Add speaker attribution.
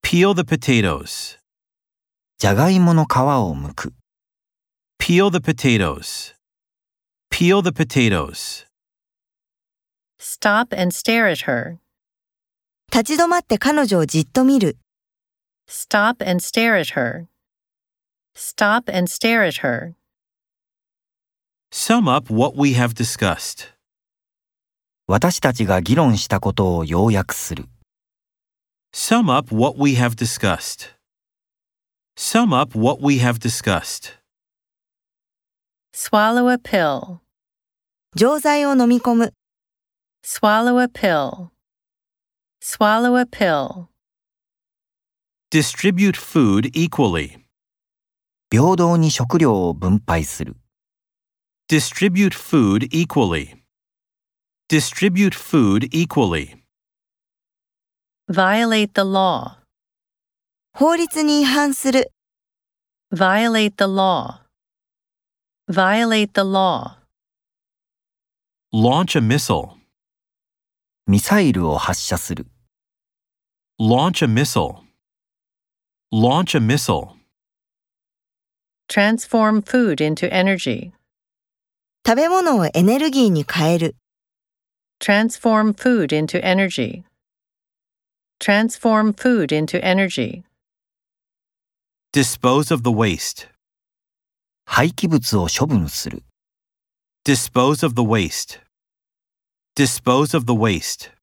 Speaker 1: Peel the potatoes.
Speaker 2: じゃがいもの皮を剥く。
Speaker 1: Peel the potatoes. Peel the potatoes.
Speaker 3: Stop and stare at her.
Speaker 4: 立ち止まって彼女をじっと見る。
Speaker 3: Stop and stare at her. Stop and stare at her.
Speaker 1: Sum up what we have discussed.
Speaker 2: 私たちが議論したことを要約する。
Speaker 1: Sum up what we have discussed. Sum up what we have discussed.
Speaker 3: Swallow a pill.
Speaker 4: 錠剤を飲み込む。
Speaker 3: Swallow a pill. Swallow a pill.
Speaker 1: Distribute food equally.
Speaker 2: 平等に食料を分配する。
Speaker 1: Distribute food equally. Distribute food equally.
Speaker 3: Violate the law.
Speaker 4: 法律に違反する。
Speaker 3: Violate the law. Violate the law.
Speaker 1: Launch a missile.
Speaker 2: ミサイルを発射する。
Speaker 1: Launch a missile. Launch a missile.
Speaker 3: Transform food into energy.
Speaker 4: 食べ物をエネルギーに変える。
Speaker 3: Transform food into energy. Transform food into energy.
Speaker 1: Dispose of the waste.
Speaker 2: 廃棄物を処分する。
Speaker 1: Dispose of the waste. Dispose of the waste.